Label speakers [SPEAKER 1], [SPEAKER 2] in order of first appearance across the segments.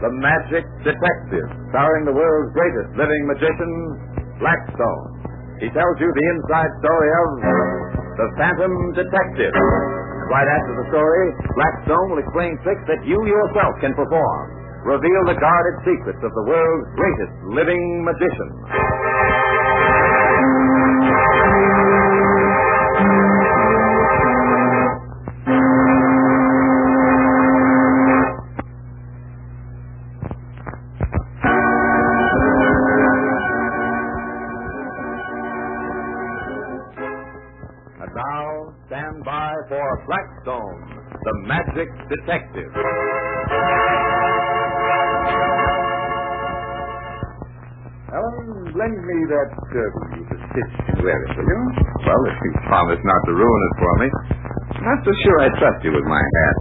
[SPEAKER 1] The Magic Detective, starring the world's greatest living magician, Blackstone. He tells you the inside story of The Phantom Detective. And right after the story, Blackstone will explain tricks that you yourself can perform. Reveal the guarded secrets of the world's greatest living magician. And now, stand by for Blackstone, the Magic Detective. Ellen, lend me that
[SPEAKER 2] uh,
[SPEAKER 1] turban you besitch to wear it, will you? Well, if you promise not to ruin it for me. Not so sure I trust you with my hat.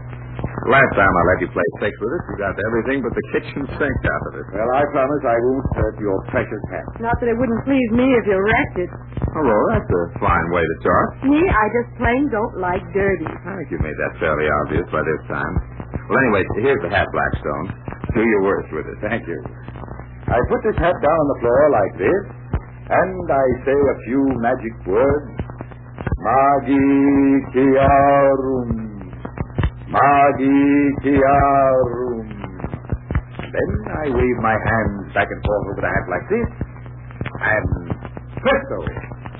[SPEAKER 1] Last time I let you play six with us, you got everything but the kitchen sink out of it.
[SPEAKER 2] Well, I promise I won't hurt your precious hat.
[SPEAKER 3] Not that it wouldn't please me if you wrecked it.
[SPEAKER 1] Hello, Oh, that's a fine way to talk.
[SPEAKER 3] Me, I just plain don't like dirty.
[SPEAKER 1] I think you made that fairly obvious by this time. Well, anyway, here's the hat, Blackstone. Do your worst with it.
[SPEAKER 2] Thank you. I put this hat down on the floor like this, and I say a few magic words. Magiciarum. Magiciarum. Then I wave my hands back and forth over the hat like this, and presto,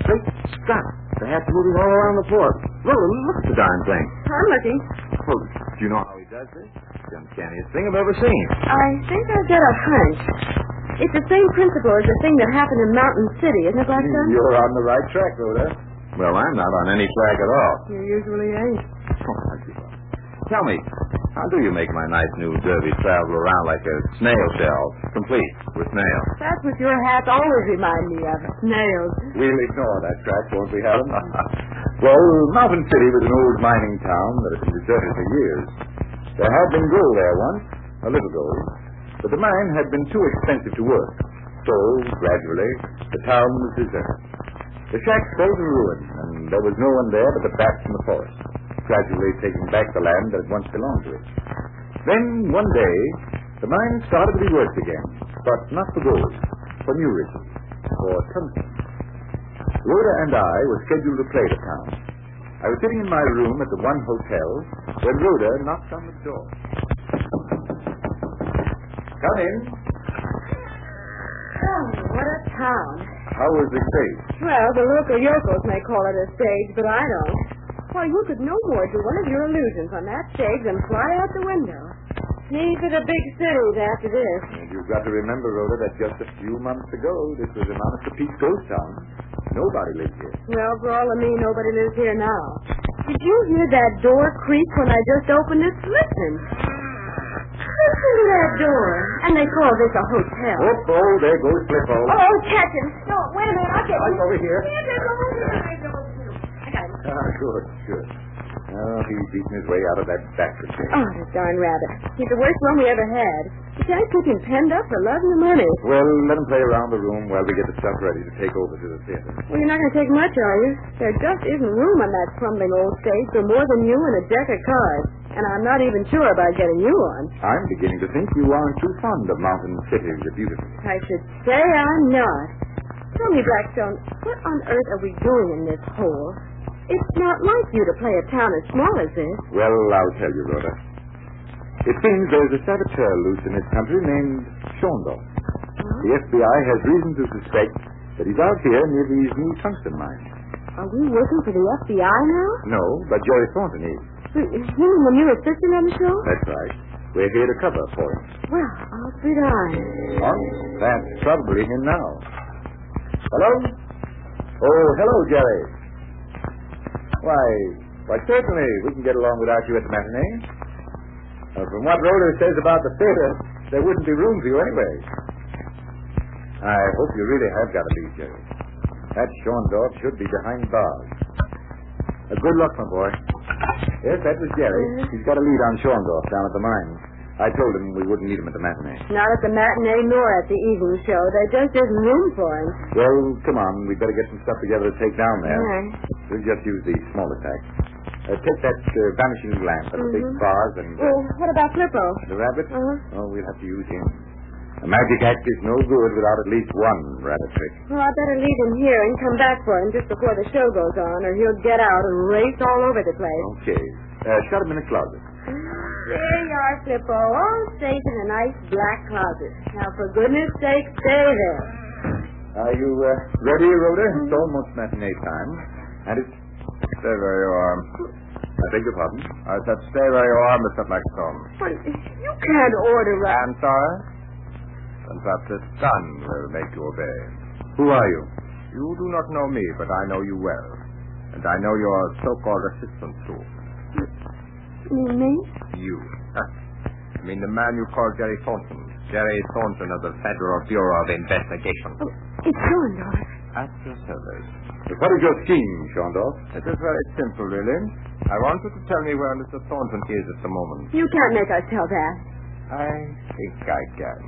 [SPEAKER 2] straight stop. The hat's moving all around the floor.
[SPEAKER 1] Well, look at the darn thing.
[SPEAKER 3] I'm looking.
[SPEAKER 1] Well, do you know how he does this? It's the uncanniest thing I've ever seen.
[SPEAKER 3] I think I get a hunch. It's the same principle as the thing that happened in Mountain City, isn't it, Blackstone?
[SPEAKER 2] You're on the right track, Oda.
[SPEAKER 1] Well, I'm not on any track at all.
[SPEAKER 3] You usually ain't.
[SPEAKER 1] Tell me, how do you make my nice new derby travel around like a snail shell, complete with snails?
[SPEAKER 3] That's what your hats always remind me of. Nails.
[SPEAKER 2] We'll ignore that track, won't we, Helen? well, Mountain City was an old mining town that had been deserted for years. There had been gold there once, a little gold, but the mine had been too expensive to work. So, gradually, the town was deserted. The shacks fell to ruin, and there was no one there but the bats in the forest, gradually taking back the land that had once belonged to it. Then, one day, the mine started to be worked again, but not for gold, for new riches, for tungsten. Rhoda and I were scheduled to play the town. I was sitting in my room at the one hotel when Rhoda knocked on the door. Come in.
[SPEAKER 3] Oh, what a town.
[SPEAKER 2] How was the stage?
[SPEAKER 3] Well, the local yokels may call it a stage, but I don't. Why, you could no more do one of your illusions on that stage than fly out the window. Need for the big cities after this.
[SPEAKER 2] And you've got to remember, Rhoda, that just a few months ago, this was an honest to Pete ghost town. Nobody lived here.
[SPEAKER 3] Well, for all of me, nobody lives here now. Did you hear that door creak when I just opened it? Listen. Listen to that door. And they call this a hotel.
[SPEAKER 2] Oh, oh, there goes Flippo.
[SPEAKER 3] Oh, catch him. No, wait a minute. I'll get
[SPEAKER 2] I'm
[SPEAKER 3] him.
[SPEAKER 2] over here.
[SPEAKER 3] Here they go. Here they go. I got him.
[SPEAKER 2] Ah, good, good. Oh, he's beaten his way out of that backward chair.
[SPEAKER 3] Oh, the darn rabbit. He's the worst one we ever had. You can't keep him penned up for love and the money.
[SPEAKER 2] Well, let him play around the room while we get the stuff ready to take over to the theater.
[SPEAKER 3] Well, you're not going to take much, are you? There just isn't room on that crumbling old stage for more than you and a deck of cards. And I'm not even sure about getting you on.
[SPEAKER 2] I'm beginning to think you aren't too fond of Mountain City, the beautiful.
[SPEAKER 3] I should say I'm not. Tell me, Blackstone, what on earth are we doing in this hole? It's not like you to play a town as small as this.
[SPEAKER 2] Well, I'll tell you, Rhoda. It seems there's a saboteur loose in this country named Shondorf. The FBI has reason to suspect that he's out here near these new tungsten mines.
[SPEAKER 3] Are we working for the FBI now?
[SPEAKER 2] No, but Jerry Thornton is.
[SPEAKER 3] You you mean when you were assisting on the show?
[SPEAKER 2] That's right. We're here to cover for him.
[SPEAKER 3] Well, I'll be darned.
[SPEAKER 2] On? That's probably him now. Hello? Oh, hello, Jerry. Why, why certainly we can get along without you at the matinee. Uh, from what Rhoda says about the theater, there wouldn't be room for you anyway. I hope you really have got to leave, Jerry. That Shondorf should be behind bars. Uh, good luck, my boy. Yes, that was Jerry. He's got a lead on Shondorf down at the mine. I told him we wouldn't need him at the matinee.
[SPEAKER 3] Not at the matinee nor at the evening show. There just isn't room for him.
[SPEAKER 2] Well, come on. We'd better get some stuff together to take down there.
[SPEAKER 3] All right.
[SPEAKER 2] We'll just use the smaller tax. Uh, take that uh, vanishing lamp and the big
[SPEAKER 3] Mhm.
[SPEAKER 2] vase and uh,
[SPEAKER 3] Well, what about Flippo?
[SPEAKER 2] the rabbit.
[SPEAKER 3] Uh-huh.
[SPEAKER 2] Oh, we'll have to use him. A magic act is no good without at least one rabbit trick.
[SPEAKER 3] Well, I'd better leave him here and come back for him just before the show goes on, or he'll get out and race all over the place.
[SPEAKER 2] Okay. Uh, shut him in a closet.
[SPEAKER 3] There you are, Flippo, all safe in a nice black closet. Now, for goodness sake, stay there.
[SPEAKER 2] Are you uh, ready, Rhoda? It's
[SPEAKER 3] Mm-hmm.
[SPEAKER 2] almost matinee time. And it's... Stay where you are. I beg your pardon? I said stay where you are, Mr. Blackstone.
[SPEAKER 3] But you can't order up.
[SPEAKER 2] I'm sorry. And perhaps a son will make you obey. Who are you? You do not know me, but I know you well. And I know your so-called assistant, too.
[SPEAKER 3] me?
[SPEAKER 2] You. I mean, the man you call Jerry Thornton. Jerry Thornton of the Federal Bureau of Investigation.
[SPEAKER 3] Oh, it's Schoendorf.
[SPEAKER 2] At your service. What is your scheme, Shondorf? It is very simple, really. I want you to tell me where Mr. Thornton is at the moment.
[SPEAKER 3] You can't make us tell that.
[SPEAKER 2] I think I can.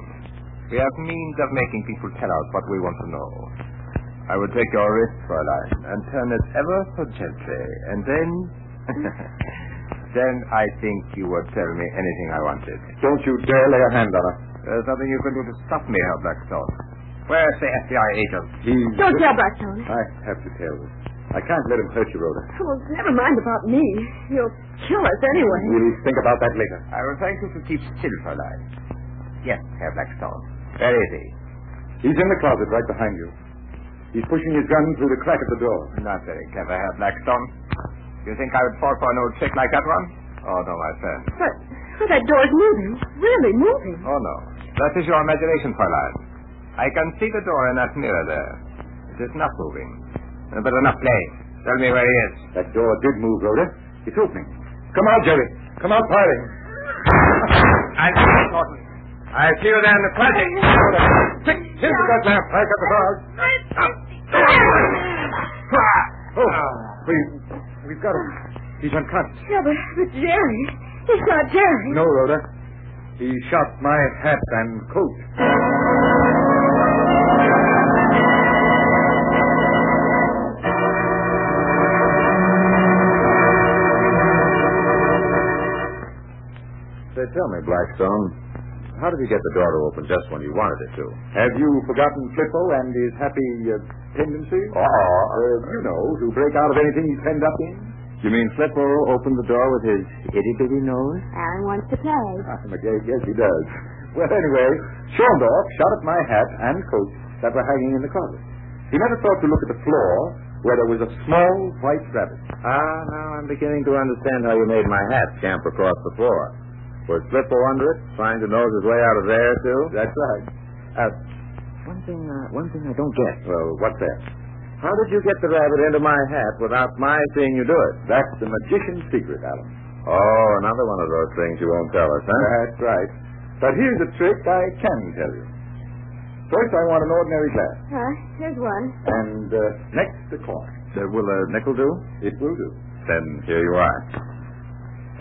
[SPEAKER 2] We have means of making people tell us what we want to know. I will take your wrist, Fräulein, and turn it ever so gently, and then. then I think you will tell me anything I wanted. Don't you dare lay a hand on her. There's nothing you can do to stop me, Herr Blackstone. Where's the FBI agent? He's.
[SPEAKER 3] Don't tell Blackstone.
[SPEAKER 2] I have to tell him. I can't let him hurt you, Rhoda.
[SPEAKER 3] Well, never mind about me. You'll kill us anyway.
[SPEAKER 2] We'll think about that later. I will thank you to keep still, Fräulein. Yes, Herr Blackstone. Where is he? He's in the closet right behind you. He's pushing his gun through the crack of the door. Not very clever, Herr Blackstone. You think I would fall for an old trick like that one? Oh, no, my friend.
[SPEAKER 3] But, but that door's moving. Really moving.
[SPEAKER 2] Oh, no. That is your imagination, Fräulein. I can see the door in that mirror there. It is not moving. Uh, But enough play. Tell me where he is. That door did move, Rhoda. It's opening. Come out, Jerry. Come out, Parley. I see you, Thornton. I see you there in the closet. Quick, here's the gas lamp. I've got the bars. Oh, we, we've got him. He's unconscious.
[SPEAKER 3] Yeah, but, but Jerry. It's not Jerry.
[SPEAKER 2] No, Rhoda. He shot my hat and coat. Say, tell me, Blackstone, how did you get the door to open just when you wanted it to? Have you forgotten Flippo and his happy uh, tendencies? Oh, you know, to break out of anything he's penned up in. You mean Flippo opened the door with his itty bitty nose?
[SPEAKER 3] Alan wants to play.
[SPEAKER 2] I guess, Ah, yes, he does. Well, anyway, Schondorf shot at my hat and coat that were hanging in the closet. He never thought to look at the floor where there was a small white rabbit.
[SPEAKER 1] Ah, now I'm beginning to understand how you made my hat camp across the floor. Was Flippo under it, trying to nose his way out of there, too?
[SPEAKER 2] That's right.
[SPEAKER 1] one thing, uh, one thing I don't get.
[SPEAKER 2] Well, what's that?
[SPEAKER 1] How did you get the rabbit into my hat without my seeing you do it?
[SPEAKER 2] That's the magician's secret, Alan.
[SPEAKER 1] Oh, another one of those things you won't tell us, huh?
[SPEAKER 2] That's right. But here's a trick I can tell you. First, I want an ordinary glass,
[SPEAKER 3] Huh? Here's one.
[SPEAKER 2] and uh, next, a coin.
[SPEAKER 1] Uh, will a nickel do?
[SPEAKER 2] It will do.
[SPEAKER 1] Then here you are.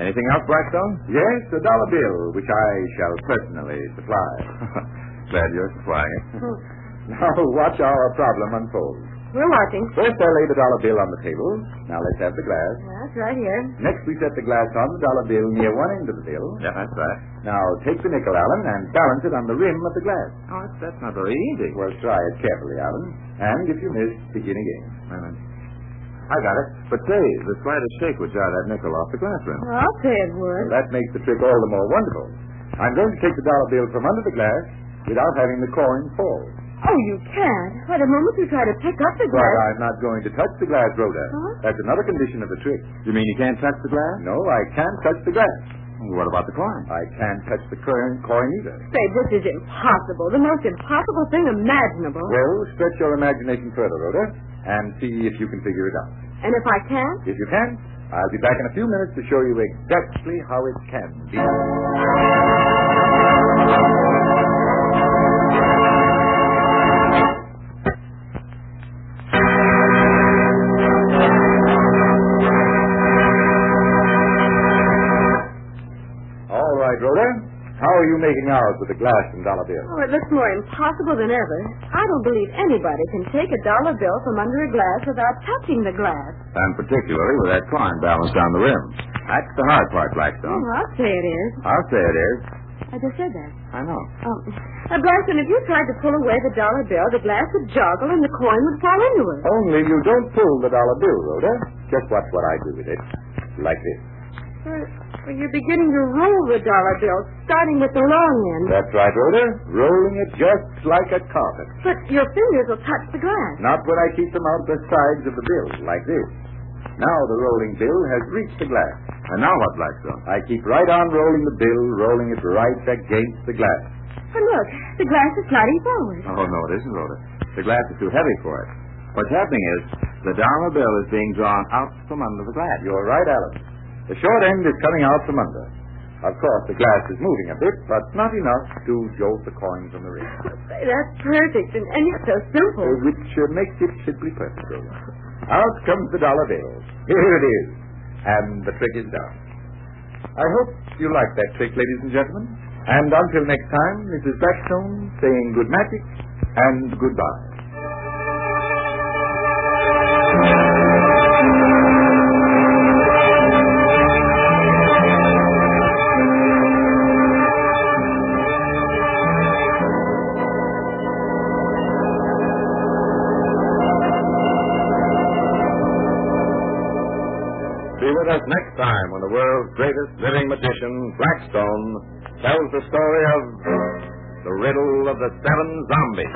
[SPEAKER 1] Anything else, Blackstone?
[SPEAKER 2] Yes, a dollar bill, which I shall personally supply.
[SPEAKER 1] Glad you're supplying it.
[SPEAKER 2] now, watch our problem unfold.
[SPEAKER 3] We're watching.
[SPEAKER 2] First, I lay the dollar bill on the table. Now let's have the glass.
[SPEAKER 3] That's right here.
[SPEAKER 2] Next, we set the glass on the dollar bill near one end of the bill.
[SPEAKER 1] Yeah, that's right.
[SPEAKER 2] Now take the nickel, Alan, and balance it on the rim of the glass.
[SPEAKER 1] Oh, that's not very easy.
[SPEAKER 2] Well, try it carefully, Alan. And if you miss, begin again.
[SPEAKER 1] I got it. But say, the slightest shake would jar that nickel off the glass rim.
[SPEAKER 3] I'll say it would.
[SPEAKER 2] That makes the trick all the more wonderful. I'm going to take the dollar bill from under the glass without having the coin fall.
[SPEAKER 3] Oh, you can't. Why, the moment you try to pick up the
[SPEAKER 2] But
[SPEAKER 3] glass.
[SPEAKER 2] I'm not going to touch the glass, Rhoda.
[SPEAKER 3] Huh?
[SPEAKER 2] That's another condition of the trick.
[SPEAKER 1] You mean you can't touch the glass?
[SPEAKER 2] No, I can't touch the glass.
[SPEAKER 1] What about the coin?
[SPEAKER 2] I can't touch the current coin either.
[SPEAKER 3] Babe, this is impossible. The most impossible thing imaginable.
[SPEAKER 2] Well, stretch your imagination further, Rhoda, and see if you can figure it out.
[SPEAKER 3] And if I can't,
[SPEAKER 2] If you can, I'll be back in a few minutes to show you exactly how it can be. All right, Rhoda. How are you making out with the glass and dollar bill?
[SPEAKER 3] Oh, it looks more impossible than ever. I don't believe anybody can take a dollar bill from under a glass without touching the glass.
[SPEAKER 1] And particularly with that coin balanced on the rim. That's the hard part, Blackstone.
[SPEAKER 3] Oh, I'll say it is.
[SPEAKER 1] I'll say it is.
[SPEAKER 3] I just said that.
[SPEAKER 1] I know.
[SPEAKER 3] Oh. Now, Blackton, if you tried to pull away the dollar bill, the glass would joggle and the coin would fall into it.
[SPEAKER 2] Only you don't pull the dollar bill, Rhoda. Just watch what I do with it. Like this.
[SPEAKER 3] Well, well, you're beginning to roll the dollar bill, starting with the long end.
[SPEAKER 2] That's right, Rhoda. Rolling it just like a carpet.
[SPEAKER 3] But your fingers will touch the glass.
[SPEAKER 2] Not when I keep them out the sides of the bill, like this. Now the rolling bill has reached the glass.
[SPEAKER 1] And now what, Blackstone?
[SPEAKER 2] I keep right on rolling the bill, rolling it right against the glass.
[SPEAKER 3] And look, the glass is sliding forward.
[SPEAKER 1] Oh, no, it isn't, Rhoda. The glass is too heavy for it. What's happening is the dollar bill is being drawn out from under the glass.
[SPEAKER 2] You're right, Alice. The short end is coming out from under. Of course, the glass is moving a bit, but not enough to jolt the coin from the ring.
[SPEAKER 3] Say, that's perfect, and, and it's so simple.
[SPEAKER 2] Uh, which uh, makes it simply perfect, Rhoda. Out comes the dollar bill. Here it is. And the trick is done. I hope you like that trick, ladies and gentlemen. And until next time, Mrs. Blackstone saying good magic and goodbye.
[SPEAKER 1] Be with us next time when the world's greatest living magician, Blackstone, tells the story of the riddle of the seven zombies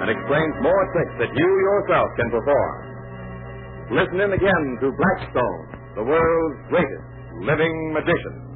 [SPEAKER 1] and explains more tricks that you yourself can perform. Listen in again to Blackstone, the world's greatest living magician.